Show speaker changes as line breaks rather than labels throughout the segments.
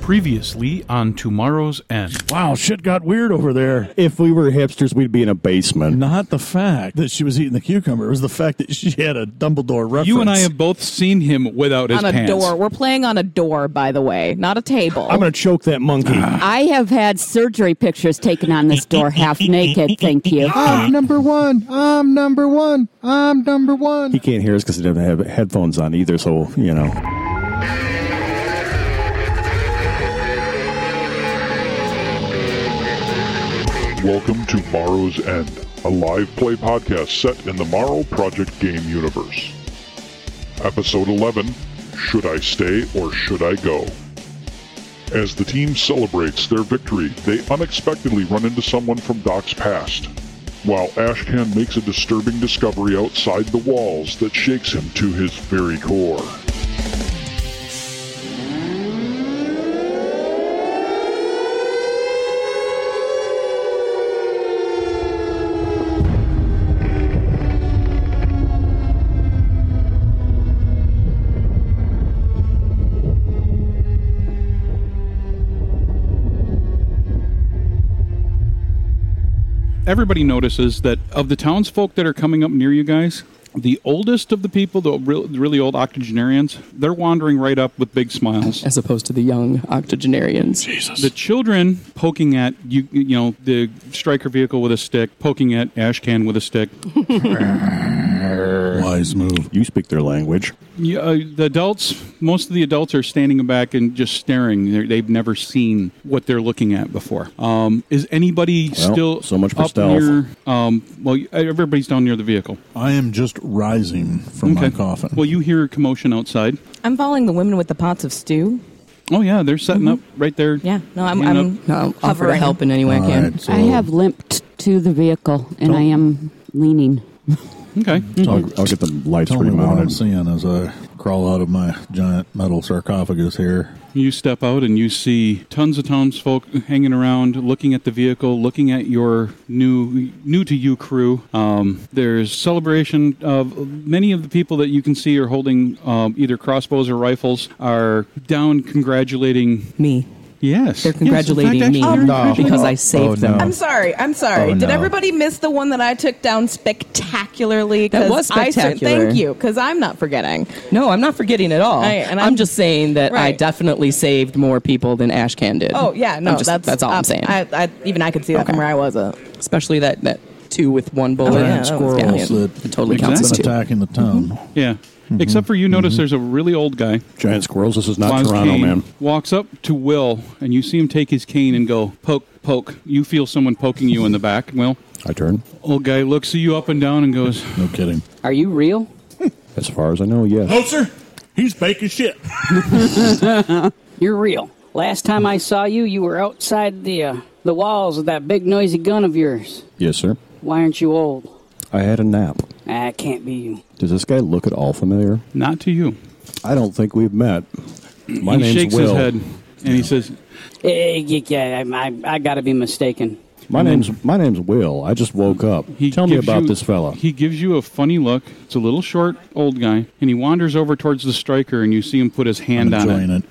Previously on Tomorrow's End.
Wow, shit got weird over there.
If we were hipsters, we'd be in a basement.
Not the fact that she was eating the cucumber. It was the fact that she had a Dumbledore reference.
You and I have both seen him without his
on a
pants.
door. We're playing on a door, by the way, not a table.
I'm going to choke that monkey.
I have had surgery pictures taken on this door half naked, thank you.
Ah.
I'm number one. I'm number one. I'm number one.
he can't hear us because he doesn't have headphones on either, so, you know.
Welcome to Morrow's End, a live play podcast set in the Morrow Project game universe. Episode 11 Should I Stay or Should I Go? As the team celebrates their victory, they unexpectedly run into someone from Doc's past, while Ashcan makes a disturbing discovery outside the walls that shakes him to his very core.
Everybody notices that of the townsfolk that are coming up near you guys, the oldest of the people, the real, really old octogenarians, they're wandering right up with big smiles.
as opposed to the young octogenarians.
The children poking at you, you know, the striker vehicle with a stick, poking at Ashcan with a stick.
wise move.
You speak their language.
Yeah, uh, the adults, most of the adults are standing back and just staring. They're, they've never seen what they're looking at before. Um, is anybody still
so much for
up
stealth.
near? Um, well, everybody's down near the vehicle.
I am just rising from my coffin.
Well, you hear commotion outside.
I'm following the women with the pots of stew.
Oh yeah, they're setting up
Mm-hmm.
right there.
Yeah, no, I'm,
Hand
I'm
No, I'll offer to
Hovering.
help in any way I
All
can.
right, so
I have limped to the vehicle and
Oh.
I am leaning.
up.
Mm-hmm.
Okay.
I'll, I'll get the lights
Tell me what I'm
remounted.
seeing as I crawl out of my giant metal sarcophagus here.
You step out and you see tons of townsfolk hanging around, looking at the vehicle, looking at your new new to you crew. Um, there's celebration of many of the people that you can see are holding um, either crossbows or rifles are down congratulating.
Me.
Yes,
They're congratulating
yes, in fact, actually,
me
oh, they're congratulating
because
you.
I saved them.
I'm sorry. I'm sorry.
Oh,
Did
no.
everybody miss the one that I took down spectacularly?
That
'Cause
was
I cer-
spectacular.
thank you, because I'm not forgetting.
No, I'm not forgetting at all.
Right, and
I'm,
I'm-
just saying that I
Right.
definitely saved more people than Ashcan did.
Oh yeah, no,
I'm just-
that's
that's all
uh,
I'm saying.
I, I, even I could see that
Okay.
from where I was. Uh,
Especially that that two with one bullet.
yeah,
Giant
that was-
squirrels
yeah,
that
it totally counts
been
as two.
attacking the town.
Yeah.
Mm-hmm.
Except for you notice there's a really old guy.
Giant squirrels, this is not
Lives
Toronto,
cane,
man.
Walks up to Will and you see him take his cane and go poke, poke. You feel someone poking you in the back. Will,
I turn.
old guy looks at you up and down and goes,
No kidding.
Are you real?
As far as I know, yes.
Oh.
sir. He's fake as shit.
You're real. Last time I saw you, you were outside the uh, the walls with that big noisy gun of yours.
Yes, sir.
Why aren't you old?
I had a nap.
Ah, it can't be you.
Does this guy look at all familiar?
"Not to you."
I don't think we've met. My
he
name's
shakes
Will.
his head and he says,
Eh, yeah, yeah, I, I, I gotta be mistaken.
My name's my name's Will. I just woke up.
he
Tell me
gives
about
you-
this fella.
He gives you a funny look. It's a little short old guy, and he wanders over towards the striker, and you see him put his hand on
Enjoying it.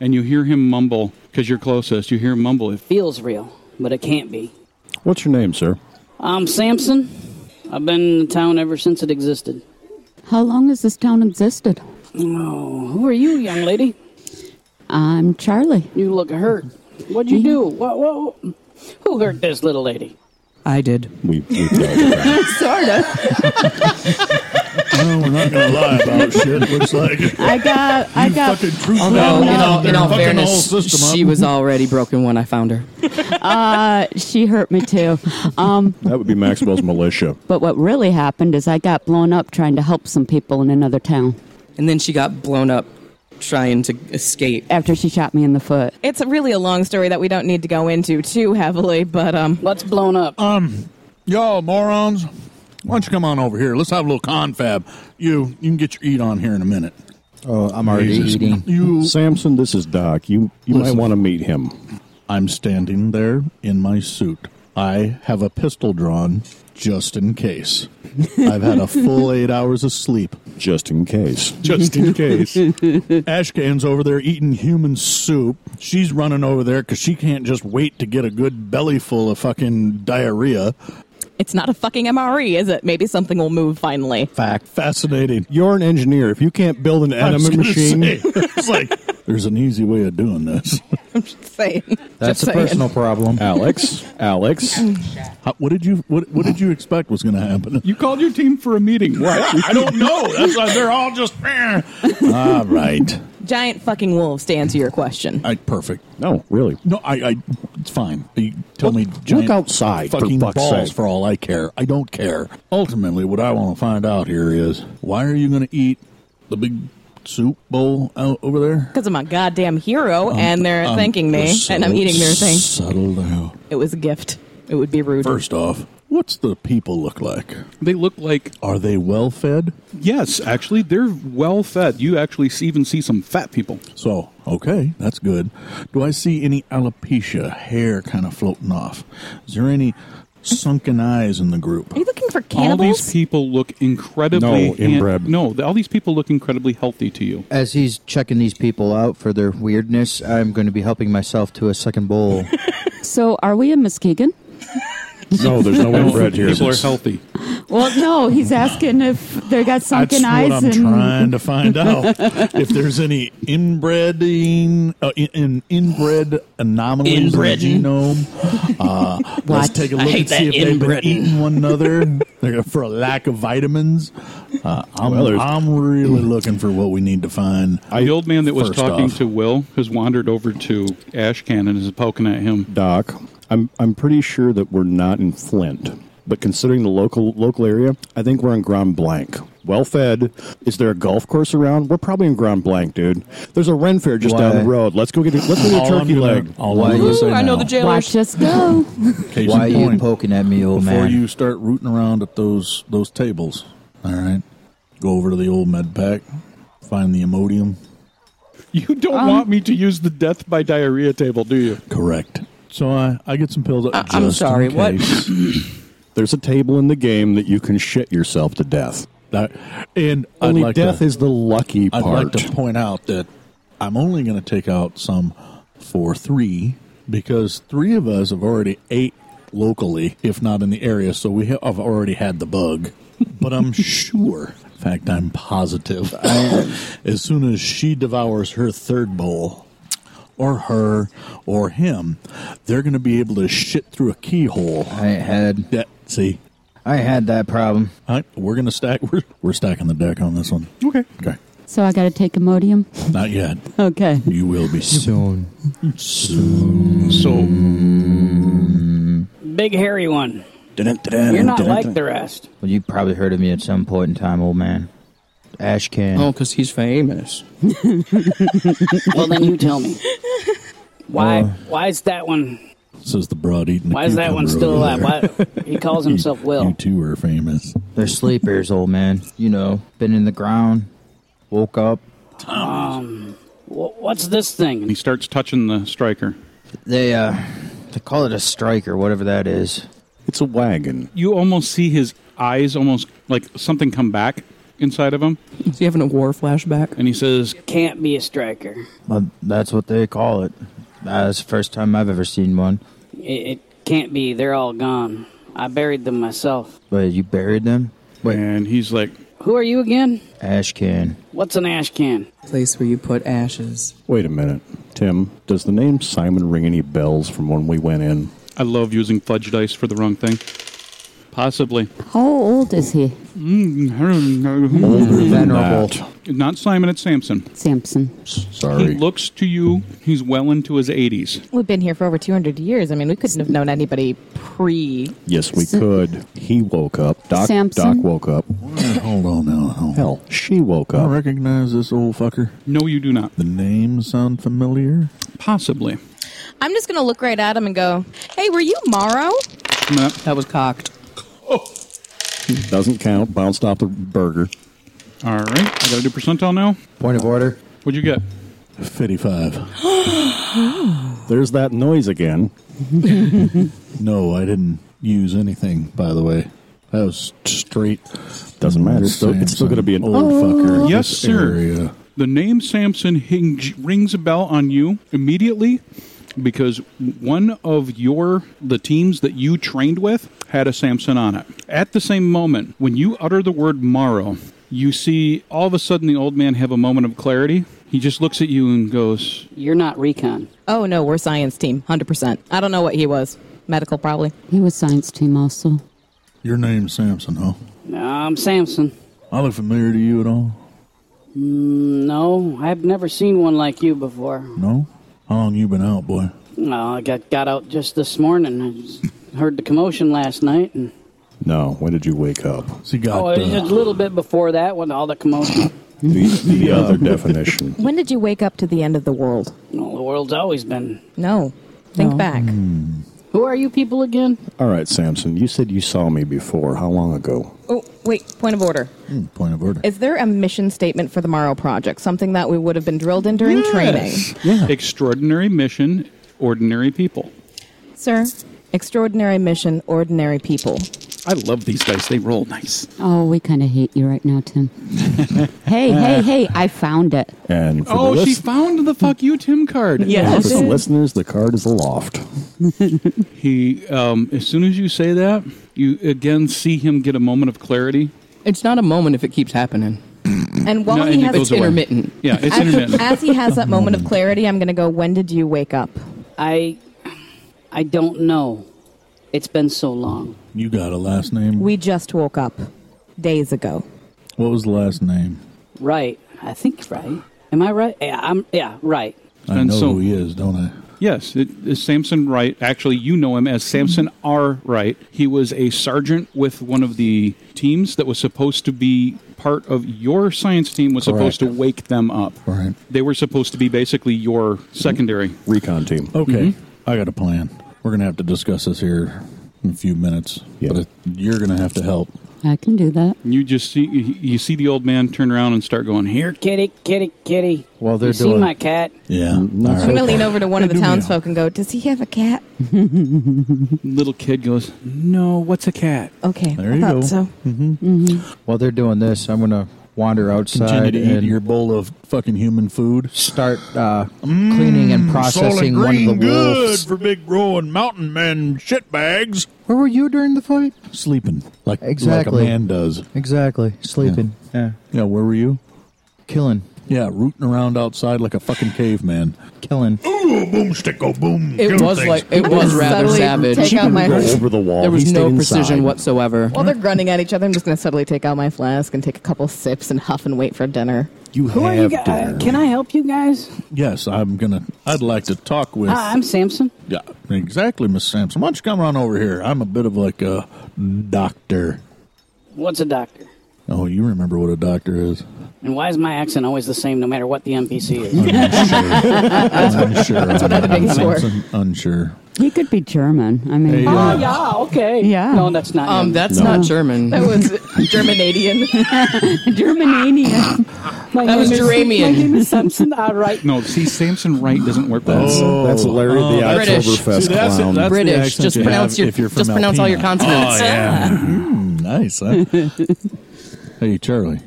and you hear him mumble because you're closest. You hear him mumble, "If
Feels real, but it can't be.
What's your name, sir?
I'm Samson. I've been in the town ever since it existed.
How long has this town existed?
Oh, who are you, young lady?
I'm Charlie.
You look hurt. What'd you do? What, what, who hurt this little lady?
I did.
We, we I
sort of.
No, we're not going to lie about shit. It looks like
I got I got
fucking truth
Although, in all, in all fairness,
whole system
she
up.
was already broken when I found her.
she hurt me too. Um,
That would be Maxwell's militia.
but what really happened is I got blown up trying to help some people in another town
And then she got blown up trying to escape.
after she shot me in the foot.
It's really a long story that we don't need to go into too heavily, but um,
What's blown up?
Yo, morons. Why don't you come on over here? Let's have a little confab. You, you can get your eat on here in a minute.
Oh, I'm already
Jesus.
eating.
You,
Samson, this is Doc. You you
Listen.
might want to meet him.
I'm standing there in my suit. I have a pistol drawn just in case. I've had a full eight hours of sleep.
just in case.
just in case. Ashcan's over there eating human soup. She's running over there because she can't just wait to get a good belly full of fucking diarrhea.
It's not a fucking MRE, is it? Maybe something will move finally.
Fact. Fascinating.
You're an engineer. If you can't build an
I was
enema
gonna
machine,
say, it's like, there's an easy way of doing this.
Saying.
That's
Just
a
saying.
personal problem.
Alex, Alex,
How- what did you what, what did you expect was going to happen?
You called your team for a meeting. What?
I don't know. That's why they're all just. eh. all right.
Giant fucking wolves to answer your question.
I, perfect.
no, really.
No, I, I. It's fine. You tell me.
Look-
Giant
look outside, for
Fucking
fuck's
balls
sake.
for all I care. I don't care. Ultimately, what I want to find out here is why are you going to eat the big soup bowl out over there?
Because I'm a goddamn hero
Um,
and they're
I'm
thanking me
just
and I'm
so
eating their thing.
Settle down.
It was a gift. It would be rude.
First off, what's the people look like?
They look like
Are they well fed?
yes. Actually, they're well fed. You actually see, even see some fat people.
So, okay, that's good. Do I see any alopecia, hair kind of floating off? Is there any sunken eyes in the group?
Are you looking for
All
cannibals?
these people look incredibly
No, inbred.
no, all these people look incredibly healthy to you.
As he's checking these people out for their weirdness, I'm going to be helping myself to a second bowl.
So are we in Muskegon?
No, there's no inbred here.
people are healthy.
Well, no. He's asking if they got
That's
sunken eyes
what I'm
and
trying to find out. if there's any inbreding, uh, in, in, inbred anomalies in
Inbredden.
the genome. Uh, let's
What?
take a
I
look
hate
and see
that
if they've been
inbredden.
eating one another They're- for a lack of vitamins. Uh, I'm,
Well, there's-
I'm really looking for what we need to find.
the old man that was
First
talking
off.
to Will has wandered over to Ashcan and is poking at him.
Doc, I'm I'm pretty sure that we're not in Flint, but considering the local local area, I think we're in Grand Blanc. Well fed. Is there a golf course around? We're probably in Grand Blanc, dude. There's a Ren Fair just down
Why?
the road. Let's go get a, let's go get a
All I'm
turkey
gonna-
leg.
all I'm
Why
gonna
you-
say
Ooh, I know
now-
the jailers.
watch us go.
Case
Why are
in
you
point,
poking at me, old
before
man?
you start rooting around at those those tables, all right, go over to the old med pack, find the Imodium.
You don't want me to use the death by diarrhea table, do you?
Correct. So I, I get some pills.
I- I'm
just in
sorry, what?
case.
There's a table in the game that you can shit yourself to death.
That- and I'd
Only
like
death
to,
is the lucky
I'd like
part.
to point out that I'm only going to take out some for three because three of us have already ate locally, if not in the area, so we ha- have already had the bug. But I'm sure, in fact, I'm positive, as soon as she devours her third bowl, or her, or him, they're going to be able to shit through a keyhole.
I had
That, see,
I had that problem.
All right, we're going to stack. We're, we're stacking the deck on this one.
Okay.
Okay.
So I got to take Imodium.
Not yet.
Okay.
You will be soon.
Soon.
So
Big hairy one. You're not like the rest.
Well, you probably heard of me at some point in time, old man. Ash can.
Oh, because he's famous.
Well, then you tell me. Why?
Uh,
why is that one?
Says the broad eating. the
Why is that one
cucumber
still
over
alive?
there.
Why, he calls himself
You
Will.
two are famous.
They're sleepers, old man. You know, been in the ground, woke up.
Wh- What's this
he
thing?
starts touching the striker.
They uh, they call it a strike or whatever that is.
it's a wagon.
You almost see his eyes almost like something come back inside of him
So you having a war flashback?
and he says,
Can't be a striker.
Well, Uh, that's what they call it. Uh, That's the first time I've ever seen one.
It, it can't be. They're all gone. I buried them myself.
But you buried them.
and he's like,
Who are you again?
Ash can.
What's an ash can?
Place where you put ashes.
Wait a minute, Tim. Does the name Simon ring any bells from when we went in?
I love using fudge dice for the wrong thing. Possibly.
How old is he,
Not
Venerable.
Simon, it's Samson.
Samson?
He
Sorry.
looks to you, he's well into his 80s.
We've been here for over 200 years. I mean, we couldn't have known anybody pre.
Yes, we
Sa-
could. He woke up. Doc,
Samson?
Doc woke up.
Hold on now. Hold on.
Hell, she woke
I
up.
recognize this old fucker.
No, you do not.
The name sound familiar?
Possibly.
I'm just going to look right at him and go, hey, were you Morrow?
No.
That was cocked.
Doesn't count. Bounced off the burger.
All right. I got to do percentile now.
Point of order.
What'd you get?
Fifty-five.
There's that noise again.
No, I didn't use anything. By the way, That was straight.
Doesn't matter. It's still, it's still going to be an old fucker.
Yes, sir. The name Samson hing- rings a bell on you immediately because one of your the teams that you trained with had a Samson on it. At the same moment, when you utter the word Morrow, you see all of a sudden the old man have a moment of clarity. He just looks at you and goes,
You're not recon.
Oh no, we're science team, hundred percent. I don't know what he was. Medical, probably.
He was science team also.
Your name's Samson, huh?
No, I'm Samson.
I look familiar to you at all?
Mm, no, I've never seen one like you before.
No? How long you been out, boy?
No, I got, got out just this morning. I just heard the commotion last night. And,
No, when did you wake up?
See,
oh, it was just a little bit before that when all the commotion.
the, the other definition.
When did you wake up to the end of the world?
Well, the world's always been.
No. Think back.
Hmm.
Who are you people again?
All right, Samson, you said you saw me before. How long ago?
Oh, wait, point of order.
uh, Point of order.
Is there a mission statement for the Morrow Project? Something that we would have been drilled in during training?
Extraordinary mission, ordinary people.
Sir, extraordinary mission, ordinary people.
I love these dice. They roll nice.
Oh, we kind of hate you right now, Tim. hey, hey, hey! I found it.
And for
Oh,
the
she
list-
found the fuck you, Tim card.
and for the listeners, the card is aloft.
He, um, as soon as you say that, you again see him get a moment of clarity.
It's not a moment if it keeps happening.
And while
No,
he
and it
has
goes away.
Intermittent.
Yeah, it's
as,
intermittent.
as he has that moment of clarity, I'm going to go, when did you wake up?
I, I don't know. It's been so long.
You got a last name?
We just woke up days ago.
What was the last name?
Right? I think right. Am I right? Yeah, I'm. Yeah, right.
I
And
know
so-
who he is, don't I?
Yes, it is Samson Wright. Actually, you know him as Samson R. Wright. He was a sergeant with one of the teams that was supposed to be part of your science team was supposed to
Correct.
wake them up.
Right.
They were supposed to be basically your secondary.
Recon team.
Okay, I got a plan. We're gonna have to discuss this here in a few minutes.
Yeah.
But it, you're gonna have to help.
I can do that.
You just see you you see the old man turn around and start going here.
Kitty, kitty, kitty.
While they're
you see
doing-
my cat?
Yeah. all
I'm
right.
going to lean over to one of the
Do me a-
townsfolk and go, does he have a cat?
Little kid goes, "No, what's a cat?"
Okay,
There
I
you
thought
go.
so.
While they're doing this, I'm gonna wander
Continue
outside
to eat
and
your bowl of fucking human food.
start uh,
Mmm,
cleaning and processing one of the wolves.
for big growing mountain men shit bags.
Where were you during the fight?
Sleeping like
Exactly.
like a man does.
Exactly, sleeping. Yeah,
Yeah. Where were you?
killing,
Yeah, rooting around outside like a fucking caveman.
killing.
boom, stick, oh, boom.
It was like it was rather
Subtly
savage.
Take out my.
Go over the wall.
There was
He stayed
no
inside.
precision whatsoever.
While they're grunting at each other, I'm just going to subtly take out my flask and take a couple sips and huff and wait for dinner.
You
Who are you
have
guys?
dinner.
can I help you guys?
Yes, I'm gonna. I'd like to talk with.
Ah,
Hi, I'm Samson.
Yeah, exactly, Miss Sampson. Why don't you come on over here? I'm a bit of like a doctor.
What's a doctor?
Oh, you remember what a doctor is?
And why is my accent always the same no matter what the NPC is?
Unsure. That's what
I'm looking for.
Unsure.
He could be German. I mean,
Hey, uh,
yeah, okay.
Yeah.
No, that's not.
Um,
him.
that's not German.
That was Germanadian.
Germanania.
my
that
name
was
is-
Germanian.
My name is Samson. All right.
No, see, Samson Wright doesn't work that.
That's,
way.
that's Larry the
British.
Oktoberfest
See, Oh. that's it,
clown.
that's- the
British.
accent
Just
you
pronounce
have
your
if you're from
just pronounce all your
Alpena. Oh,
consonants.
Mm, nice. Huh? hey, Charlie.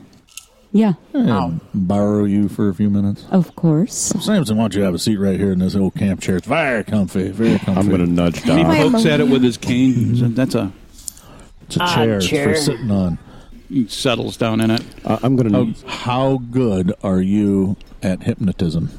Yeah,
Can I Borrow you for a few minutes.
of course.
Samson, why don't you have a seat right here in this old camp chair? It's very comfy. Very comfy.
I'm going to nudge
He
Doc.
pokes at it with his cane. So That's a
It's a
Ah,
chair, It's
chair.
for sitting on.
he settles down in it.
I- I'm going
How,
to.
how good are you at hypnotism?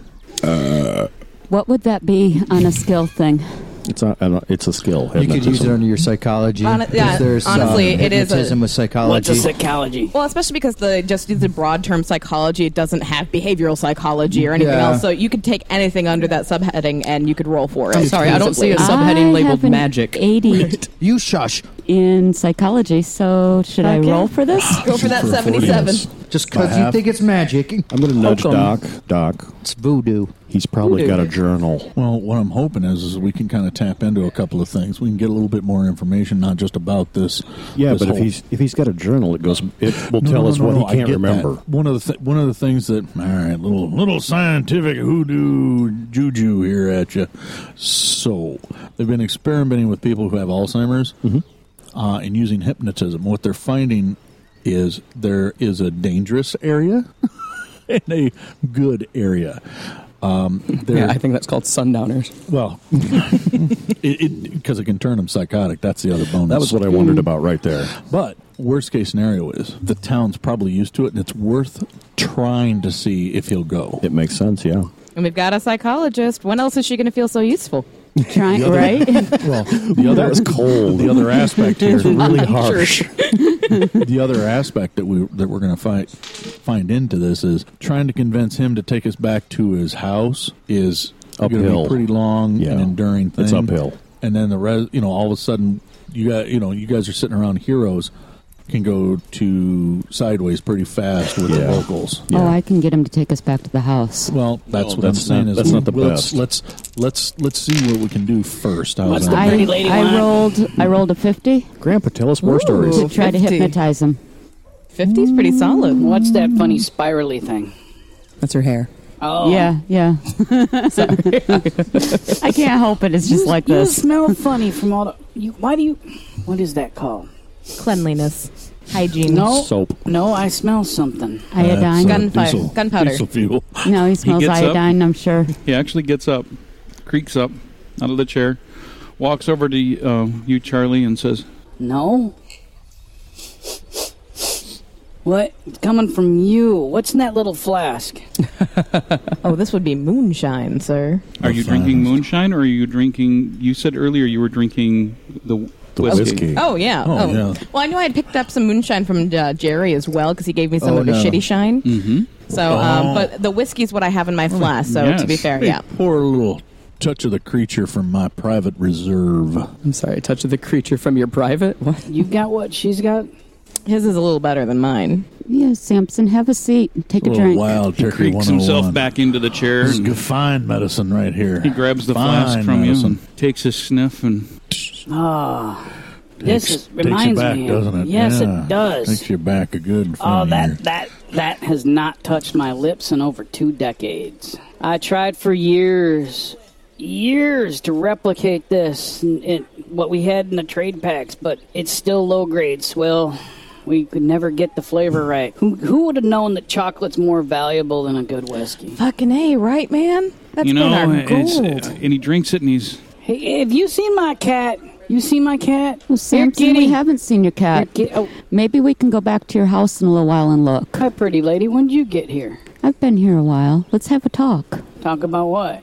What would that be on a skill thing?
It's a, an- it's a skill.
You could use it under your psychology.
Hon-
'cause
yeah,
there's, uh,
honestly, it is a-
hypnotism with
What's
psychology.
a psychology?
well, especially because the just the broad term psychology it doesn't have behavioral psychology or anything
Yeah.
else. So you could take anything under that subheading and you could roll for it.
I'm sorry, I don't see a subheading
I
labeled
have an
magic.
80
you shush.
in psychology, so should I
Okay.
roll for this?
Go for that
For
77.
40s.
Just
By
because you
half.
think it's magic,
I'm going to nudge Doc. Doc,
it's voodoo.
he's probably got a journal.
Well, what I'm hoping is, is we can kind of tap into a couple of things. We can get a little bit more information, not just about this.
Yeah,
this
but if
whole-
he's if he's got a journal, it goes. It will
No,
tell
no,
us
no,
what
no, I
he can't
get
remember.
that. One of the th- one of the things that all right, little little scientific hoodoo juju here at you. So they've been experimenting with people who have Alzheimer's.
Mm-hmm.
uh, and using hypnotism. What they're finding is there is a dangerous area and a good area. Um,
Yeah, I think that's called sundowners.
Well, because it, can turn them psychotic. That's the other bonus.
That was what I wondered about right there.
But worst case scenario is the town's probably used to it, and it's worth trying to see if he'll go.
It makes sense, yeah.
And we've got a psychologist. When else is she going to feel so useful?
Trying,
The other-
right?
Well, the
Ooh,
other
that was cold.
The other aspect here is really harsh.
Sure.
the other aspect that we that we're going to find find into this is trying to convince him to take us back to his house is going to
Uphill.
be pretty long
Yeah.
and enduring thing.
It's uphill.
And then the res, you know, all of a sudden you got you know you guys are sitting around heroes can go to sideways pretty fast with the
Yeah.
vocals.
Oh, I can get him to take us back to the house.
Well, that's
No,
what
that's
I'm saying.
not-
is
that's not the
let's,
best.
Let's let's let's see what we can do first. How's
What's
that?
the
I,
pretty lady
I
want?
rolled I rolled a fifty
Grandpa, tell us more stories.
to try to
50.
hypnotize him.
50's pretty solid.
What's that funny spirally thing?
That's her hair.
Oh,
Yeah, yeah. I can't help it. It's just like
you
this.
smell funny from all the. You, why do you? What is that called?
Cleanliness, hygiene.
No,
Soap.
no, I smell something.
Iodine.
That's, uh,
Gunfire.
diesel-
Gunpowder.
diesel fuel.
no, he smells
gets up.
iodine. I'm sure.
He actually gets up, creaks up out of the chair, walks over to uh, you, Charlie, and says,
No. What? It's coming from you. What's in that little flask?
Oh, this would be moonshine, sir.
"Are you
fine.
drinking moonshine, or are you drinking?" You said earlier you were drinking the,
The
whiskey.
whiskey.
Oh yeah.
Oh, yeah.
Well, I knew I had picked up some moonshine from uh, Jerry as well because he gave me some
Oh,
of
no.
his shitty shine.
Mm-hmm.
So,
Oh.
um, but the whiskey's what I have in my flask. So
yes.
to be fair, yeah.
Poor little touch of the creature from my private reserve.
I'm sorry, touch of the creature from your private? What?
You've got what she's got?
His is a little better than mine.
Yeah, Samson, have a seat. and Take a
Little
drink.
wild
He
turkey
creaks
101.
himself back into the chair.
This is
and
good fine medicine right here.
he grabs the
Fine
flask from you
medicine.
and takes a sniff and
Ah, this
Takes-
is,
takes you
reminds
back,
me. of-
doesn't it?
Yes,
Yeah.
it does.
Takes you back a good.
Oh,
fine year.
that that that has not touched my lips in over two decades. I tried for years, years to replicate this, and it, what we had in the trade packs, but it's still low grade swill. We could never get the
Hmm.
flavor right. Who who would have known that chocolate's more valuable than a good whiskey?
Fucking A, right, man? That's
you know it's- and he drinks it and he's
Hey, have you seen my cat? You seen my cat?
Well, Samson, Oh, we haven't seen your
Here,
cat.
get- oh,
Maybe we can go back to your house in a little while and look.
hi, pretty lady. When did you get here?
I've been here a while. Let's have a talk.
Talk about what?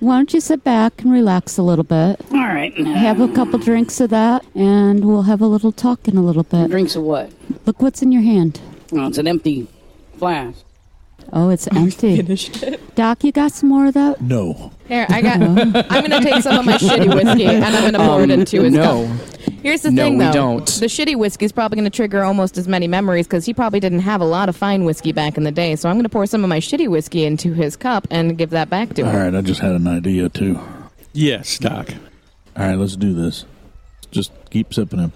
Why don't you sit back and relax a little bit?
All right.
Have a couple drinks of that, and we'll have a little talk in a little bit.
Drinks of what?
Look what's in your hand.
Oh, it's an empty flask.
Oh, it's empty. Doc, you got some more of that?
no.
Here, I got. I'm gonna take some of my shitty whiskey and I'm gonna pour it into his cup.
no.
Here's the
No,
thing,
we
though.
don't.
The shitty whiskey's probably going to trigger almost as many memories because he probably didn't have a lot of fine whiskey back in the day. So I'm going to pour some of my shitty whiskey into his cup and give that back to
All
him.
right, I just had an idea too.
yes, Doc.
All right, let's do this. Just keep sipping it.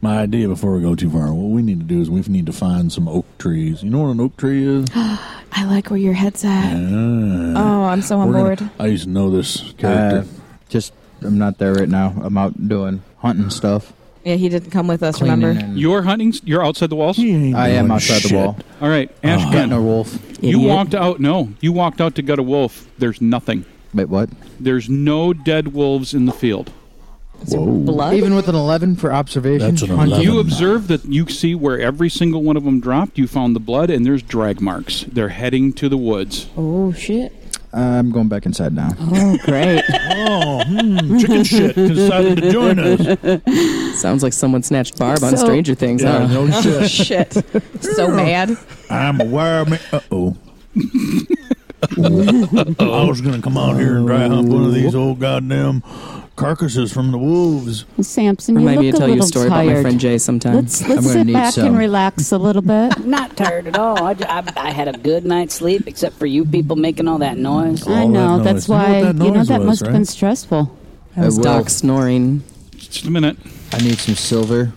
My idea before we go too far. What we need to do is we need to find some oak trees. You know what an oak tree is?
I like where your head's at.
Yeah.
Oh, I'm so on
We're gonna-
board.
I used to know this character.
Uh, Just, I'm not there right now. I'm out doing hunting stuff.
Yeah, he didn't come with us.
Cleaning
Remember?
Mm.
and-
You're hunting. s- You're outside the walls.
He ain't
I am
doing
outside
shit.
the wall.
All right, Ash
Getting a
Gunn.
wolf.
You
Idiot.
walked out. No, you walked out to gut a wolf. There's nothing.
Wait, what?
There's no dead wolves in the field.
Whoa.
Blood.
Even with an 11 for observation,
That's an
hunting-
11.
You observe that you see where every single one of them dropped. You found the blood, and there's drag marks. They're heading to the woods.
Oh, shit.
I'm going back inside now.
Oh, great.
Oh, hmm, chicken shit decided to join us.
Sounds like someone snatched Barb on
So-
Stranger Things,
Yeah,
huh?
Oh,
no shit.
Oh, Shit. so mad.
I'm a wild man. Uh oh. I was gonna come out here and dry hump one of these old goddamn carcasses from the wolves.
Samson, you
Remind me
look
to
a
tell
little
you a story
tired.
about my friend Jay sometime.
Let's
I'm
let's
gonna
sit
need
back
some.
and relax a little bit.
Not tired at all. I, ju- I, I had a good night's sleep, except for you people making all that noise.
I
All that
know.
noise.
That's
You know
why
what
you
that
know
noise
that
was,
must have
right?
been stressful.
That was
I will.
Doc snoring.
Just a minute.
I need some silver,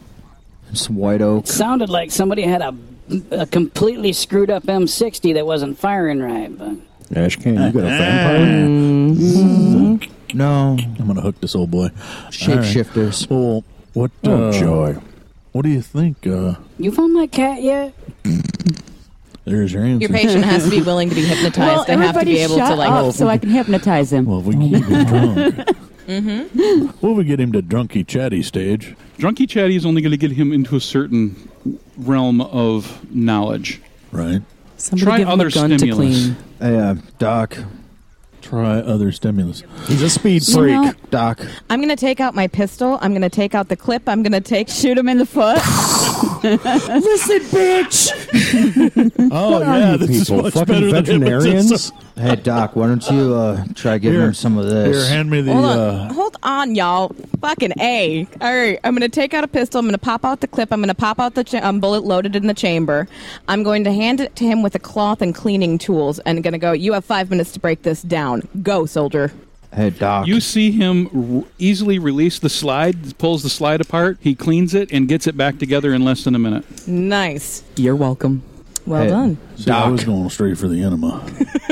and some white oak.
It sounded like somebody had a, a completely screwed up M60 that wasn't firing right. But
Uh, Ash Can, you got a vampire?
I'm
No,
gonna hook this old boy. All right.
shapeshifters.
Well, What
Oh,
uh,
joy.
What do you think? Uh,
You found that cat yet?
there's your answer.
Your patient has to be willing to be hypnotized.
Well,
they have to
everybody
be able to
shut
like.
up so I can hypnotize him.
Well, if we keep him drunk.
Mm-hmm.
What if we get him to drunky chatty stage?
Drunky Chatty is only going to get him into a certain realm of knowledge.
Right.
Somebody Try give him a other gun to stimulus. clean.
Yeah, uh, Doc.
Try other stimulus.
He's a speed
You freak. know-
Doc.
I'm gonna take out my pistol. I'm gonna take out the clip. I'm gonna take
Shoot him in the foot.
Listen, bitch.
Oh
What are
yeah,
you
this is
people,
much
fucking
better than
veterinarians?
hypnotism.
Hey, Doc, why don't you uh, try giving
Here.
him some of
Here,
this?
hand me the.
Hold on,
Uh,
hold on, y'all. Fucking a. All right, I'm gonna take out a pistol. I'm gonna pop out the clip. I'm gonna pop out the cha- um, bullet loaded in the chamber. I'm going to hand it to him with a cloth and cleaning tools, and gonna go. You have five minutes to break this down. Go, soldier.
hey, Doc.
You see him r- easily release the slide, pulls the slide apart, he cleans it, and gets it back together in less than a minute.
Nice.
You're welcome.
Well
Hey.
done.
see, I was going straight for the enema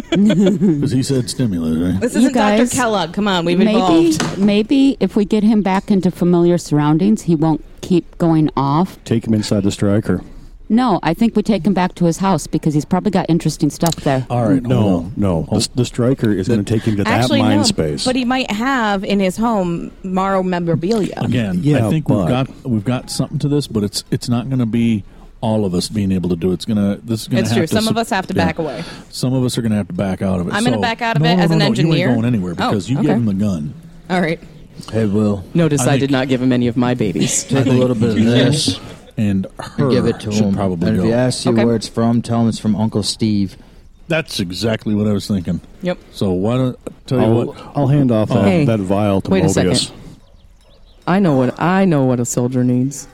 because he said stimulus. Right?
This isn't Dr.
guys,
Kellogg. Come on, we've
Maybe,
evolved.
maybe if we get him back into familiar surroundings, he won't keep going off.
Take him inside the striker.
No, I think we take him back to his house because he's probably got interesting stuff there.
All right, hold
No,
on.
no. The, the striker is going to take him to that
Actually,
mind
no,
space.
But he might have in his home Morrow memorabilia.
Again,
Yeah,
I think
but-
we've got we've got something to this, but it's it's not going to be all of us being able to do it. It's gonna this is gonna.
It's
have
true.
to
Some of
sup-
us have to
yeah.
back away.
Some of us are going to have to back out of it.
I'm gonna
So-
back out of
No,
it
no,
as an
no, You
engineer.
ain't going anywhere
Oh,
because you
okay.
gave him the gun.
All right.
hey, Will.
Notice
I
I,
think-
did not give him any of my babies.
Take a little bit of this
and her
and give it to
should
him.
probably
and
go.
if he asks you
Okay.
where it's from, tell him it's from Uncle Steve.
That's exactly what I was thinking.
Yep.
So why don't tell you
I'll,
what?
I'll hand off that,
Hey,
that vial to
wait a
Mobius.
second. I know what I know what a soldier needs.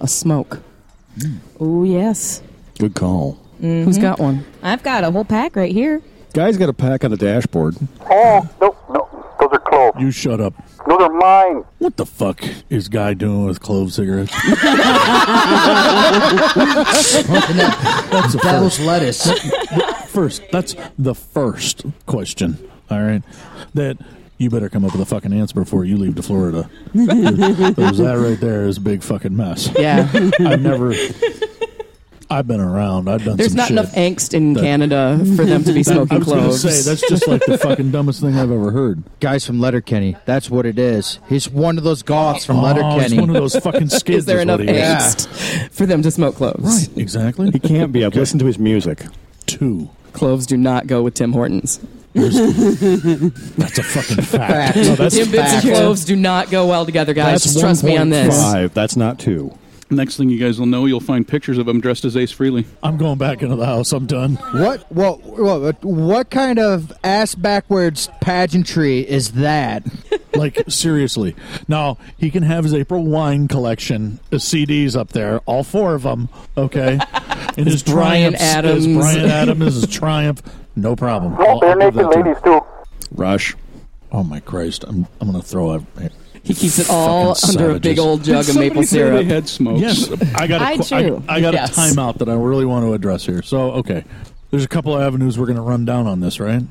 A smoke.
Oh yes.
Good call.
Who's got one?
I've got a whole pack right here.
Guy's got a pack on the dashboard.
Oh, no, no. Those are cloves.
You shut up.
Those are mine.
What the fuck is guy doing with clove cigarettes?
That's Devil's lettuce.
first, that's the first question. All right, that you better come up with a fucking answer before you leave to Florida. Because that right there is a big fucking mess.
Yeah.
I've never. I've been around. I've done
There's
some
not
shit.
enough angst in
That-
Canada for them to be
That- I
smoking
was gonna
cloves.
say that's just like the fucking dumbest thing I've ever heard.
Guys from Letterkenny. That's what it is. He's one of those goths from
Um,
Oh, it's
Letterkenny.
one of those fucking skids.
is there
what
enough
he is.
angst for them to smoke cloves?
Right, exactly.
He can't be. I've listened to his music.
Two.
Cloves do not go with Tim Hortons.
That's a fucking fact.
Fact.
Tim Bits and cloves do not go well together, guys.
That's
Just trust me on this.
1.5. That's not two.
Next thing you guys will know, you'll find pictures of him dressed as Ace Freely.
I'm going back into the house. I'm done.
What, what what what kind of ass backwards pageantry is that?
Like seriously. Now he can have his April wine collection, his CDs up there, all four of them. Okay, and his,
Bryan
triumphs, his
Adams.
Brian Adams, his triumph. No problem.
No,
I'll-
they're
I'll
naked
give that to him.
ladies, too.
Rush.
Oh my Christ! I'm I'm gonna throw out.
He keeps it all
Fucking
under a big
savages.
old jug of
Somebody
maple
say they
syrup.
had smokes.
Yes, I got.
I
A, qu-
too.
I, I got
Yes.
a timeout that I really want to address here. So okay, there's a couple of avenues we're going to run down on this, right?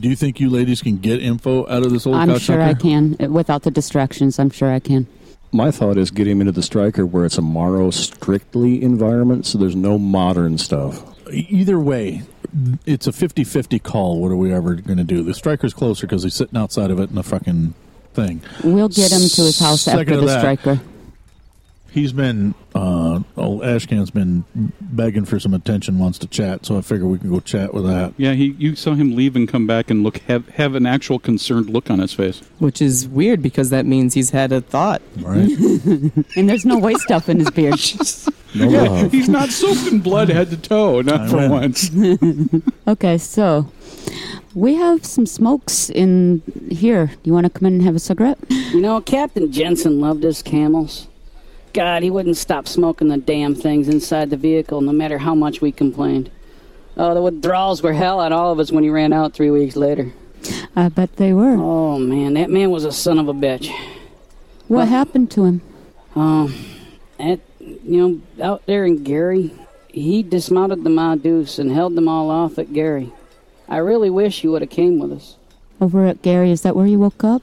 Do you think you ladies can get info out of this old
I'm
couch
sure I
hunker?
can. uh, Without the distractions, I'm sure I can.
My thought is get him into the striker where it's a Morrow strictly environment, so there's no modern stuff.
Either way, it's a 50-50 call. What are we ever going to do? The striker's closer because he's sitting outside of it in the fucking thing.
We'll get him to his house
Second
after
to
the
that.
striker.
He's been uh, old Ashcan's been begging for some attention, wants to chat. So I figure we can go chat with that.
Yeah, he, you saw him leave and come back and look have, have an actual concerned look on his face.
Which is weird because that means he's had a thought.
Right?
And there's no white stuff in his beard.
No love.
He's not soaked in blood head to toe,
I
not for
will.
once.
Okay, so we have some smokes in here. Do you want to come in and have a cigarette?
You know, Captain Jensen loved his camels. God, he wouldn't stop smoking the damn things inside the vehicle, no matter how much we complained. Oh, the withdrawals were hell on all of us when he ran out three weeks later.
I bet they were.
Oh man, that man was a son of a bitch.
What happened to him?
Um, at you know, out there in Gary, he dismounted the Mongoose and held them all off at Gary. I really wish you would have came with us.
Over at Gary, is that where you woke up?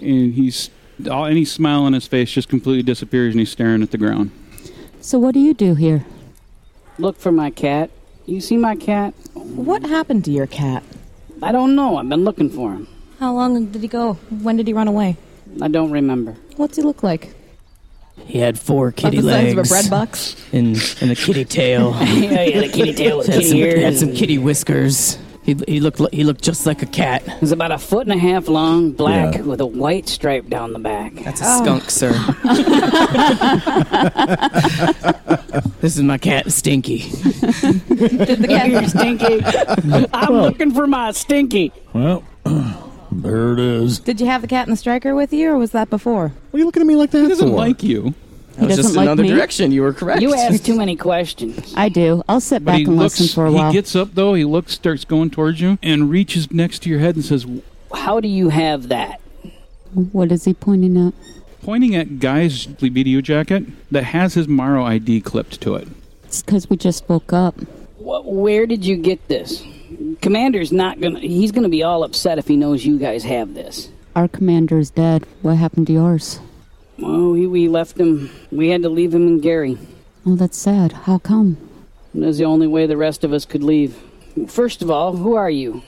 And he's All, any smile on his face just completely disappears, and he's staring at the ground.
So what do you do here?
Look for my cat. You see my cat?
What happened to your cat?
I don't know. I've been looking for him.
How long did he go? When did he run away?
I don't remember.
What's he look like?
He had four kitty
the
legs
size of a bread box?
and and a kitty tail.
yeah, yeah, the kitty tail with
had
kitty
some,
ears.
had some kitty whiskers. He, he looked li- he looked just like a cat.
It was about a foot and a half long, black,
Yeah.
with a white stripe down the back. That's
a skunk, sir. this is my cat, Stinky.
Did the cat stinky? I'm looking for my stinky.
Well, there it is.
Did you have the cat and the striker with you, or was that before?
What are you looking at me like that? He
doesn't like you.
That was just another direction. You were correct.
You asked too many questions.
I do. I'll sit
But
back
he
and
looks.
listen for a while.
He gets up though. He looks, starts going towards you, and reaches next to your head and says,
How do you have that?
what is he pointing at?
pointing at Guy's BDU jacket that has his Morrow ID clipped to it.
It's because we just woke up.
Wh- Where did you get this? Commander's not gonna. He's gonna be all upset if he knows you guys have this.
Our commander is dead. What happened to yours?
Well, we, we left him. We had to leave him in Gary.
Oh, that's sad. How come?
That was the only way the rest of us could leave. First of all, who are you?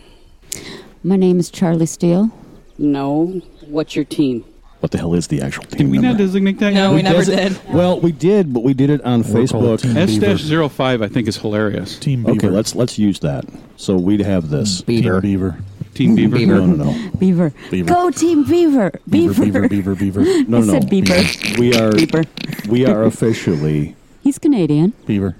My name is Charlie Steele.
No. What's your team?
What the hell is the actual team?
We not designate that.
No,
yet?
we We never desi-
did. Well, we did, but we did it on
We're called
Facebook.
S-05 I think is hilarious.
Team
Okay, let's let's use that. So we'd have this.
Beaver. Team Beaver.
Team Beaver.
Beaver. No, no, no.
Beaver.
Beaver.
Go, Team Beaver. Beaver.
Beaver, beaver, beaver. No,
I
no,
said
no.
beaver.
We are we are officially
He's Canadian.
Beaver.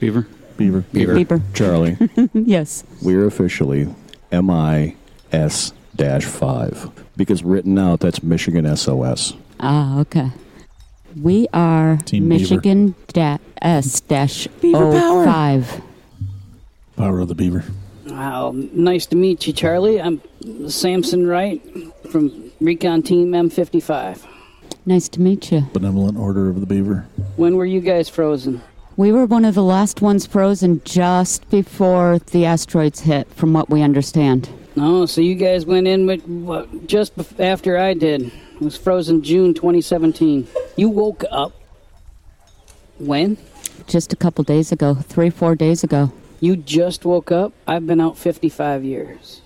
Beaver.
Beaver.
Beaver. Beaver.
Charlie.
yes.
We're officially MIS dash five. Because written out that's Michigan SOS.
Ah, okay. We are
Team Beaver.
Michigan da- S dash
Beaver power.
05.
Power of the Beaver.
Wow, nice to meet you, Charlie. I'm Samson Wright from Recon Team M55.
Nice to meet you.
Benevolent Order of the Beaver.
When were you guys frozen?
We were one of the last ones frozen just before the asteroids hit, from what we understand.
Oh, so you guys went in with what, just bef- after I did. It was frozen June 2017. You woke up when?
Just a couple days ago, three, four days ago,
You just woke up? I've been out 55 years.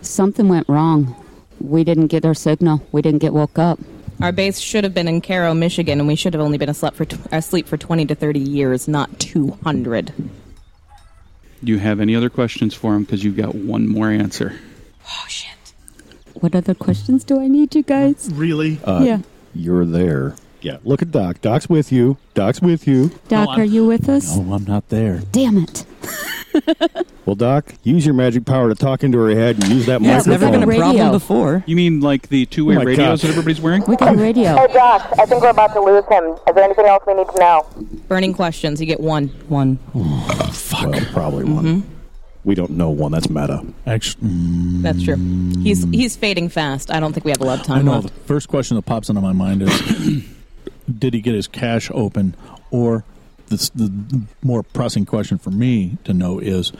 something went wrong. We didn't get our signal. We didn't get woke up.
Our base should have been in Caro, Michigan, and we should have only been asleep for, t- asleep for 20 to 30 years, not 200.
Do you have any other questions for him? Because you've got one more answer.
Oh,
What other questions do I need, you guys?
Really?
Uh,
yeah.
You're there. Yeah. Look at Doc. Doc's with you. Doc's with you.
Doc, are you with us?
Oh,
No, I'm not there.
Damn it.
Well, Doc, use your magic power to talk into her head and use that
Yeah, it's
microphone.
never been a problem
Radio.
before. You mean like the two-way
Oh my
radios
God.
that everybody's wearing?
We got radio.
Hey, Josh, I think we're about to lose him. Is there anything else we need to know? Burning questions. You get one. One.
Well, probably one.
Mm-hmm.
We don't know one. That's meta.
Actually,
That's true. He's he's fading fast. I don't think we have a lot of
I
time
know.
left.
The first question that pops into my mind is Did he get his cash open? Or this, the more pressing question for me to know is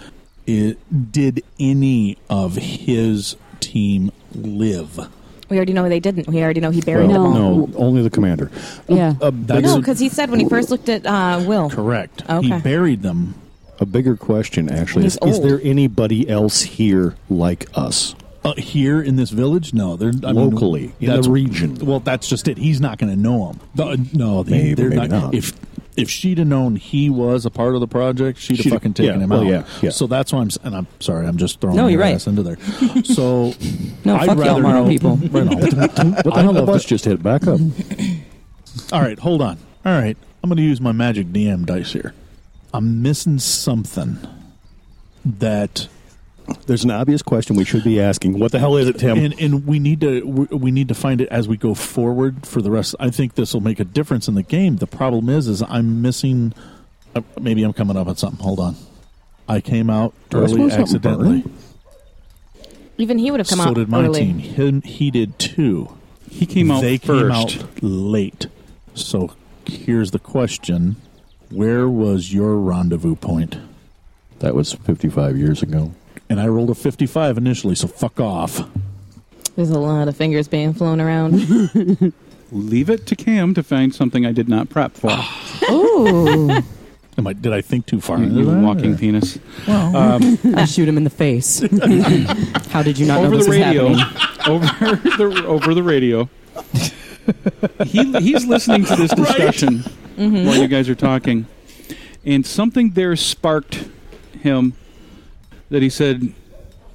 i Did any of his team live?
We already know they didn't. We already know he buried
Oh.
them all.
no, only the commander.
Yeah.
Uh,
A
No, because he said when he first looked at uh, Will.
Correct.
Okay.
He buried them.
A bigger question, actually, is,
He's
is
old.
there anybody else here like us?
Uh, here in this village? No, they're I mean,
Locally, in
that's-
the region.
Well, that's just it. He's not going to know him. no, they,
Maybe,
they're
maybe
not,
not.
If if she'd have known he was a part of the project, she'd,
She'd-
have fucking taken
yeah,
him
well,
out.
yeah, yeah.
So that's why I'm. s- And I'm sorry, I'm just throwing
No,
your
you're right.
ass into there. So
No,
I'd
fuck y'all,
rather
Morrow
know-
people.
Right on.
What the
I
hell? The
love
bus
it.
just hit back up.
All right, hold on. All right, I'm going to use my magic DM dice here. I'm missing something that
There's an obvious question we should be asking. What the hell is it, Tim?
and and we need to we we need to find it as we go forward for the rest. I think this will make a difference in the game. The problem is, is I'm missing. Uh, maybe I'm coming up with something. Hold on, I came out
Do I smell
early
something
accidentally.
Even he would have come
So
out
did my
early.
team. Him, he did too.
He came out
They came
first.
out late. So here's the question: Where was your rendezvous point?
that was 55 years ago.
And I rolled a 55 initially, so fuck off.
There's a lot of fingers being flown around.
leave it to Cam to find something I did not prep for.
Oh.
Am I, did I think too far?
You-
into
you
that,
walking
or-
penis.
Well.
Um,
I shoot him in the face. How did you not
over
know this
the
was
radio,
happening?
over the over the radio. he, he's listening to this
Right.
discussion
Mhm.
while you guys are talking, and something there sparked him that he said,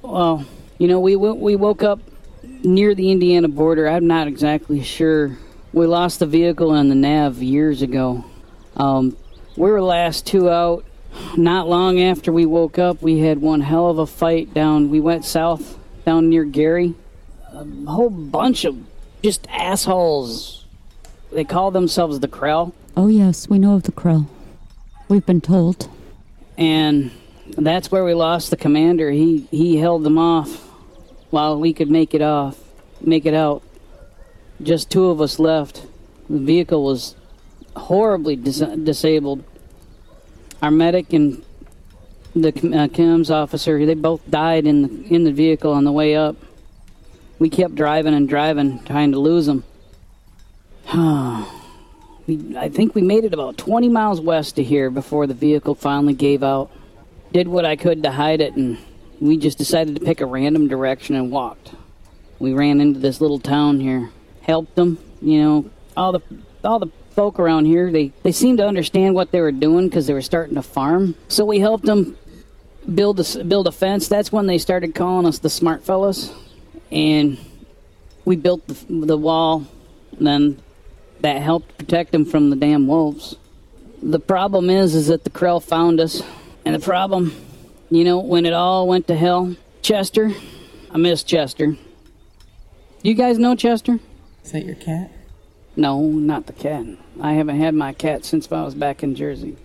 Well, you know, we wo- we woke up near the Indiana border. I'm not exactly sure. We lost the vehicle on the nav years ago. Um, we were last two out. Not long after we woke up, we had one hell of a fight down. We went south down near Gary. A whole bunch of just assholes. They call themselves the Krell.
Oh, yes, we know of the Krell. We've been told.
and that's where we lost the commander. He he held them off while we could make it off, make it out. Just two of us left. The vehicle was horribly dis- disabled. Our medic and the com- uh, comms officer, they both died in the, in the vehicle on the way up. We kept driving and driving, trying to lose them. we, I think we made it about 20 miles west of here before the vehicle finally gave out. Did what I could to hide it, and we just decided to pick a random direction and walked. We ran into this little town here, helped them. You know, all the all the folk around here they they seemed to understand what they were doing because they were starting to farm. So we helped them build a s- build a fence. That's when they started calling us the smart fellas, and we built the, the wall. Then that helped protect them from the damn wolves. The problem is, is that the Krell found us, and the problem, you know, when it all went to hell, Chester, I miss Chester. You guys know Chester?
Is that your cat?
No, not the cat. I haven't had my cat since I was back in Jersey.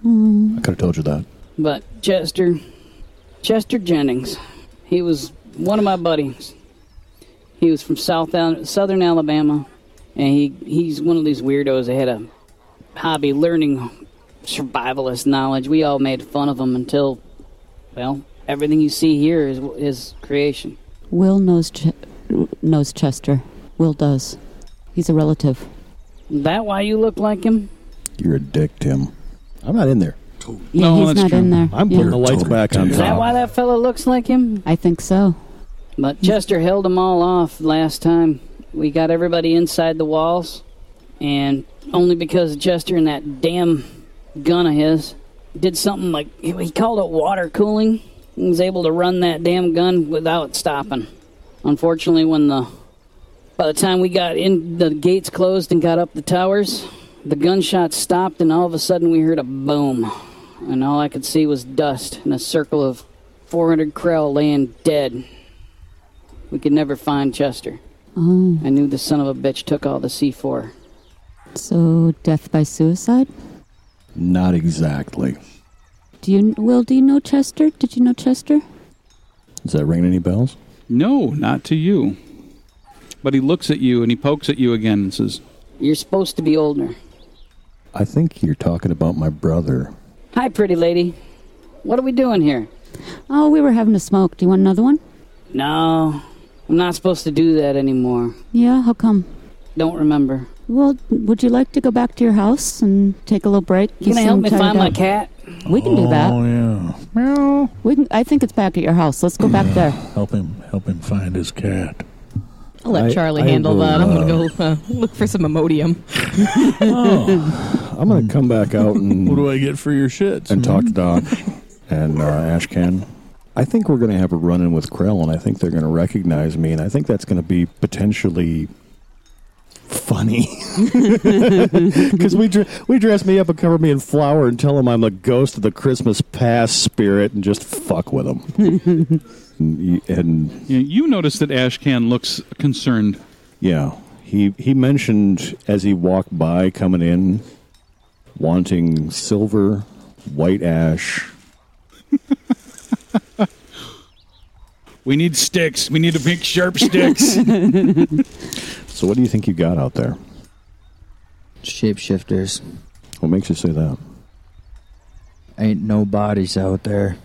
I could have told you that.
But Chester, Chester Jennings, he was one of my buddies. He was from South Al- Southern Alabama, and he he's one of these weirdos that had a hobby learning survivalist knowledge. We all made fun of him until, well, everything you see here is his creation.
Will knows, Ch- knows Chester. Will does. He's a relative.
Is that why you look like him?
You're a dick, Tim. I'm not in there.
Yeah,
No,
he's
that's
not
true.
in there.
I'm
yeah.
putting the lights back on
Is that
top.
why that fella looks like him?
I think so.
But Chester held them all off last time. We got everybody inside the walls, and only because Chester and that damn gun of his did something like he called it water cooling. He was able to run that damn gun without stopping. Unfortunately, when the by the time we got in, the gates closed and got up the towers, the gunshots stopped, and all of a sudden we heard a boom, and all I could see was dust and a circle of 400 Krell laying dead. We could never find Chester.
Oh,
I knew the son of a bitch took all the C4.
so death by suicide?
Not exactly.
Do you, Will, do you know Chester? Did you know Chester?
Is that ringing any bells?
"No, not to you." But he looks at you and he pokes at you again and says,
You're supposed to be older.
I think you're talking about my brother.
Hi, pretty lady. What are we doing here?
Oh, we were having a smoke. Do you want another one?
No, I'm not supposed to do that anymore.
Yeah, how come?
Don't remember.
Well, would you like to go back to your house and take a little break?
You gonna
seem
help me
tired
find my
out.
cat?
We can do
Oh
that.
yeah,
We can, I think it's back at your house. Let's go back there.
help him, help him find his cat.
I'll let
I-
Charlie
I
handle
will,
that. I'm
uh,
going to go uh, look for some Imodium.
I'm going to come back out and.
What do I get for your shits?
and talk to Doc and uh, Ashcan. I think we're going to have a run in with Krell, and I think they're going to recognize me, and I think that's going to be potentially funny because we dr- we dress me up and cover me in flour and tell them I'm a ghost of the Christmas past spirit and just fuck with them. and, you- and
you, you notice that Ashcan looks concerned.
yeah, he he mentioned as he walked by coming in, wanting silver, white ash,
We need sticks. We need to make sharp sticks.
So what do you think you got out there?
Shapeshifters.
What makes you say that?
Ain't no bodies out there.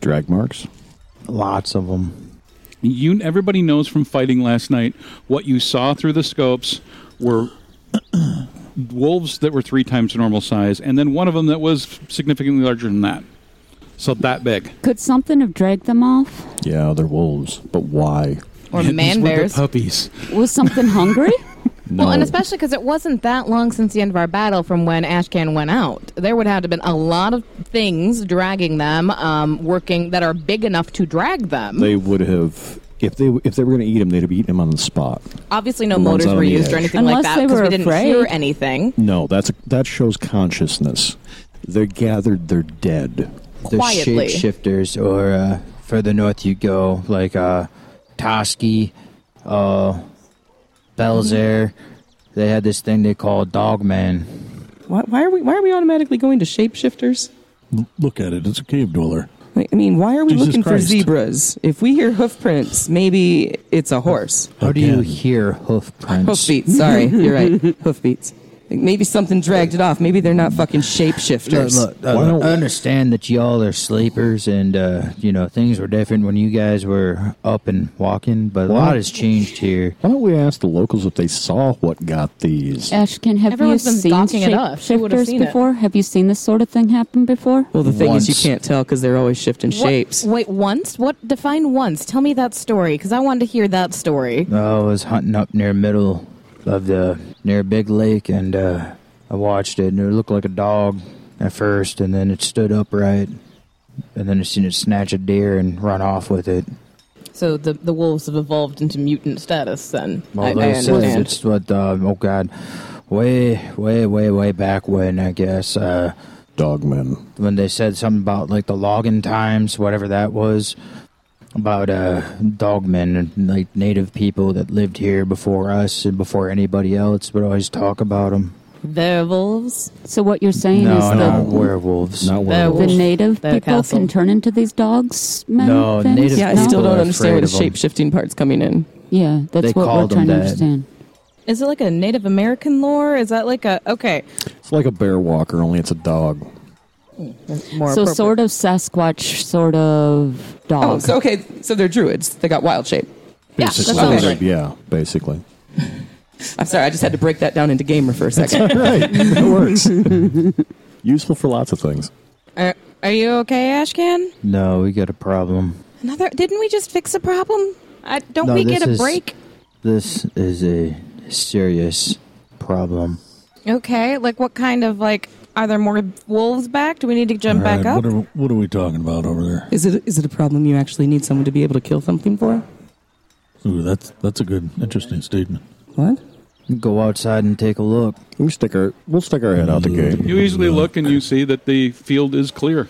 Drag marks?
Lots of them.
You everybody knows from fighting last night what you saw through the scopes were wolves that were three times the normal size, and then one of them that was significantly larger than that. So that big.
Could something have dragged them off?
Yeah, they're wolves, but why?
Or Yeah, man these were the bears.
puppies.
Was something hungry?
Well, and especially because it wasn't that long since the end of our battle from when Ashcan went out. There would have to been a lot of things dragging them, um, working that are big enough to drag them.
They would have if they if they were going to eat him, they'd have eaten him on the spot.
Obviously, no
The ones
motors
out
were
on the
used or
edge.
anything like
Unless
that
they
because
were
we didn't
afraid.
hear anything.
No, that's that shows consciousness. They're gathered. They're dead.
They're
Quietly.
shapeshifters, or uh, further north you go, like uh, Toski, uh, Belzer. They had this thing they call Dogman.
Why, why are we? Why are we automatically going to shapeshifters?
Look at it. It's a cave dweller.
Like, I mean, why are we
Jesus
looking for
Christ.
zebras? If we hear hoof prints, maybe it's a horse.
How do you hear hoof prints?
Hoof beats. Sorry, you're right. Hoof beats. Like, maybe something dragged it off. Maybe they're not fucking
Look,
shapeshifters.
look, uh, look, I understand that y'all are sleepers, and uh, you know things were different when you guys were up and walking. But a
Why
lot
don't-
has changed here.
Why don't we ask the locals if they saw what got these?
Ashkin, have
Everyone's
you
been
seen
gawking at us. They would've
shifters
seen it.
before? Have you seen this sort of thing happen before?
Well, the thing is,
Once.
you can't tell because they're always shifting
What-
shapes.
wait, once? What? Define once. Tell me that story because I wanted to hear that story.
Oh, I was hunting up near middle of the near a big lake, and uh, I watched it, and it looked like a dog at first, and then it stood upright, and then I seen it snatch a deer and run off with it.
So the the wolves have evolved into mutant status. Then
Well,
I, I
they said
understand.
it's what uh, oh god, way way way way back when I guess uh,
dogmen
when they said something about like the logging times, whatever that was, about uh, dogmen and like native people that lived here before us and before anybody else would always talk about them.
They're wolves.
So what you're saying
no,
is
not
that
werewolves. Not
the native
They're
people
castle.
can turn into these dogs? Men
No,
things?
native
yeah, I
No.
still
People
don't
are
understand where the
afraid of 'em.
shape shifting part's coming in.
Yeah, that's
They
what we're
called them
trying to
that.
understand.
Is it like a Native American lore? Is that like a okay?
It's like a bear walker, only it's a dog.
More
so
appropriate.
sort of Sasquatch, sort of dog.
Oh, so, okay. So they're druids. They got wild shape.
Yeah,
Basically,
that sounds right.
yeah, basically.
I'm sorry. I just had to break that down into gamer for a second.
right. It works. Useful for lots of things.
Are, are you okay, Ashcan?
No, we got a problem.
Another? Didn't we just fix a problem? I, don't
No,
we get
this
a
is-
break?
This is a serious problem.
Okay, like what kind of like? Are there more wolves back? Do we need to
Uh,
jump
All right,
back up?
What are, what are we talking about over there?
is it is it a problem you actually need someone to be able to kill something for?
Ooh, that's that's a good, interesting statement.
What?
Go outside and take a look.
We stick our we'll stick our head out the gate.
You easily look and you see that the field is clear.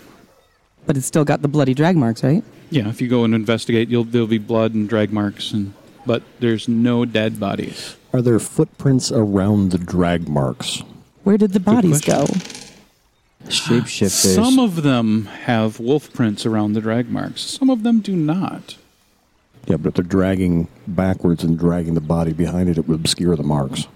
But it's still got the bloody drag marks, right?
Yeah, if you go and investigate, you'll there'll be blood and drag marks, and but there's no dead bodies.
Are there footprints around the drag marks?
Where did the bodies go?
Shapeshifters.
Some of them have wolf prints around the drag marks. Some of them do not.
Yeah, but if they're dragging backwards and dragging the body behind it, it would obscure the marks.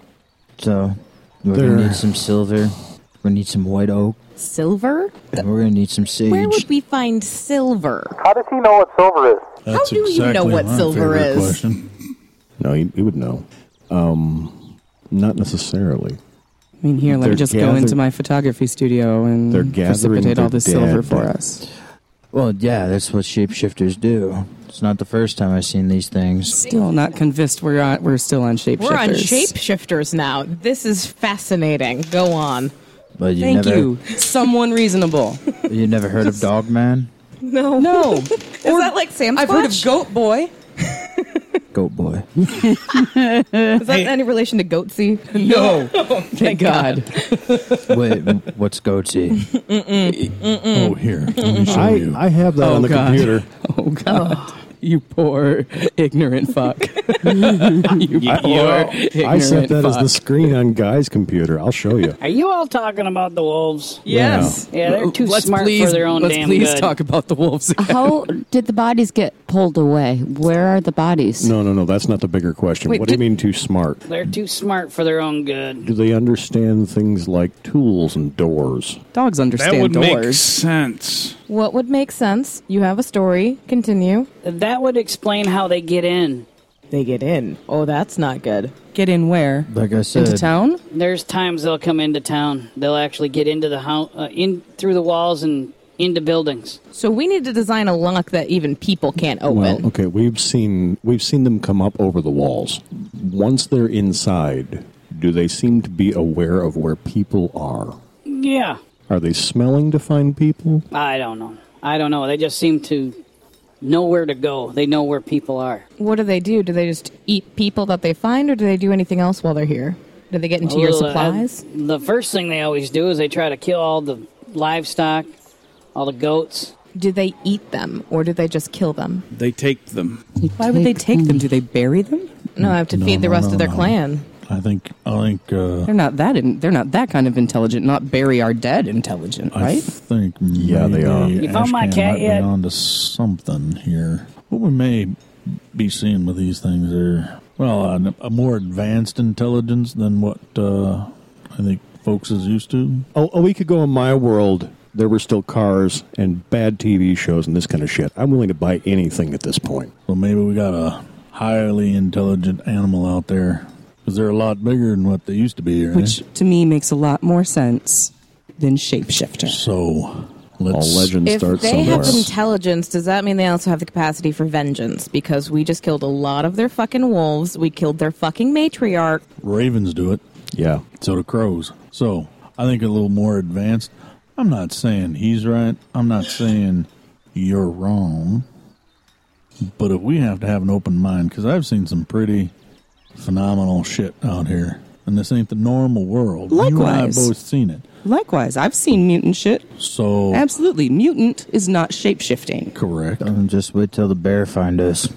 So we're
There-
gonna need some silver. We're gonna need some white oak.
Silver?
And we're gonna need some sage.
Where would we find silver?
How does he know what silver is?
How do you know what silver is?
No, he, he would know. Um, not necessarily.
I mean, here, let
They're
me just go
gathered-
into my photography studio and
They're gathering
precipitate all
their
this silver
dead.
for us.
Well, yeah, that's what shapeshifters do. It's not the first time I've seen these things.
Still not convinced we're on, we're still on shapeshifters.
We're on shapeshifters now. This is fascinating. Go on.
But you
Thank
never,
you. Someone reasonable.
You never heard of Dog Man,
No.
No.
is that like Sam's
I've heard of Goat Boy.
Goat Boy?
Is that any relation to Goatsy?
No.
Thank God.
Wait, what's goatee?
Oh, here. Let me show
I,
you.
I have that
Oh,
on the
God.
computer.
Oh God. You poor ignorant fuck. you poor ignorant
I set that as
fuck.
the screen on Guy's computer. I'll show you.
Are you all talking about the wolves?
Yes.
Yeah, they're too
let's
smart
please,
for their own
let's
damn
please
good.
talk about the wolves.
How did the bodies get pulled away. Where are the bodies?
No, no, no. That's not the bigger question.
Wait,
what do you
did-
mean too smart?
They're too smart for their own good.
Do they understand things like tools and doors?
Dogs
that would make sense.
What would make sense? You have a story. Continue.
That would explain how they get in.
They get in. Oh, that's not good. Get in where?
Like I said,
Into town?
There's times they'll come into town. They'll actually get into the house, uh, in through the walls and into buildings.
So we need to design a lock that even people can't open.
Well, okay, we've seen we've seen them come up over the walls. Once they're inside, do they seem to be aware of where people are?
Yeah,
Are they smelling to find people?
I don't know. I don't know. They just seem to know where to go. They know where people are.
What do they do? Do they just eat people that they find, or do they do anything else while they're here? Do they get into your
Well, uh,
supplies?
the first thing they always do is they try to kill all the livestock, all the goats.
Do they eat them, or do they just kill them?
They take them.
Why would they take them?
Do they bury them?
No, I have to
No,
feed the
no,
rest
no,
of their
no.
clan.
I think I think uh,
They're not that. In, they're not that kind of intelligent. Not bury our dead intelligent,
I
right?
think yeah,
they are. You found my cat
might
yet?
Be onto something here. What we may be seeing with these things are well, a, a more advanced intelligence than what uh, I think folks is used to.
Oh, a week ago in my world, there were still cars and bad TV shows and this kind of shit. I'm willing to buy anything at this point.
Well, maybe we got a highly intelligent animal out there because they're a lot bigger than what they used to be. Right?
Which to me makes a lot more sense than shapeshifter.
So let's
All legends
If
start
they
somewhere.
have intelligence, does that mean they also have the capacity for vengeance? Because we just killed a lot of their fucking wolves. We killed their fucking matriarch.
Ravens do it.
Yeah.
So do crows. So I think a little more advanced. I'm not saying he's right. I'm not saying you're wrong. But if we have to have an open mind, because I've seen some pretty phenomenal shit out here, and this ain't the normal world. you and I have
Likewise.
both seen it.
Likewise, I've seen mutant shit.
So
Absolutely, mutant is not shapeshifting.
correct.
just wait till the bear find us.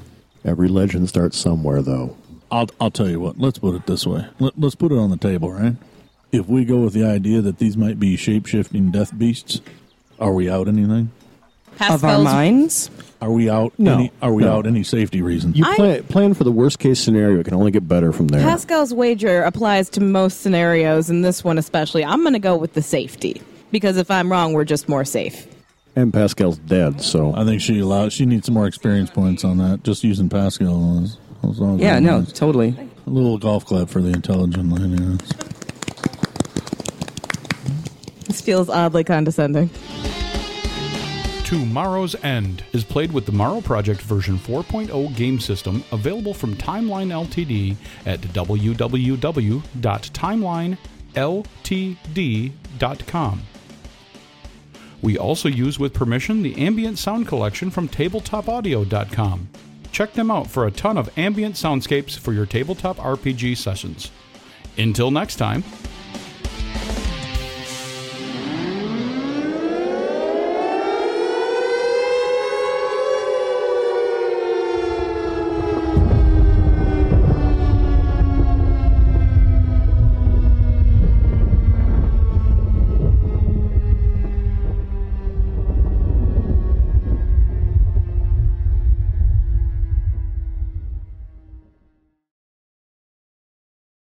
Every legend starts somewhere, though.
I'll I'll tell you what. Let's put it this way. Let, let's put it on the table, right? If we go with the idea that these might be shape shifting death beasts, are we out anything?
Of our minds,
Are we out?
No.
Any, are we
No.
out any safety reason?
You plan, plan for the worst case scenario. It can only get better from there.
Pascal's wager applies to most scenarios, and this one especially. I'm going to go with the safety. Because if I'm wrong, we're just more safe.
and Pascal's dead, so
I think she allows. She needs some more experience points on that. Just using Pascal. As, as long as
Yeah, no, totally.
A little golf clap for the intelligent lady. yes.
This feels oddly condescending.
To Morrow's End is played with the Morrow Project version 4.0 game system available from Timeline Ltd at www.timelineltd.com. We also use with permission the ambient sound collection from tabletopaudio.com. Check them out for a ton of ambient soundscapes for your tabletop RPG sessions. Until next time,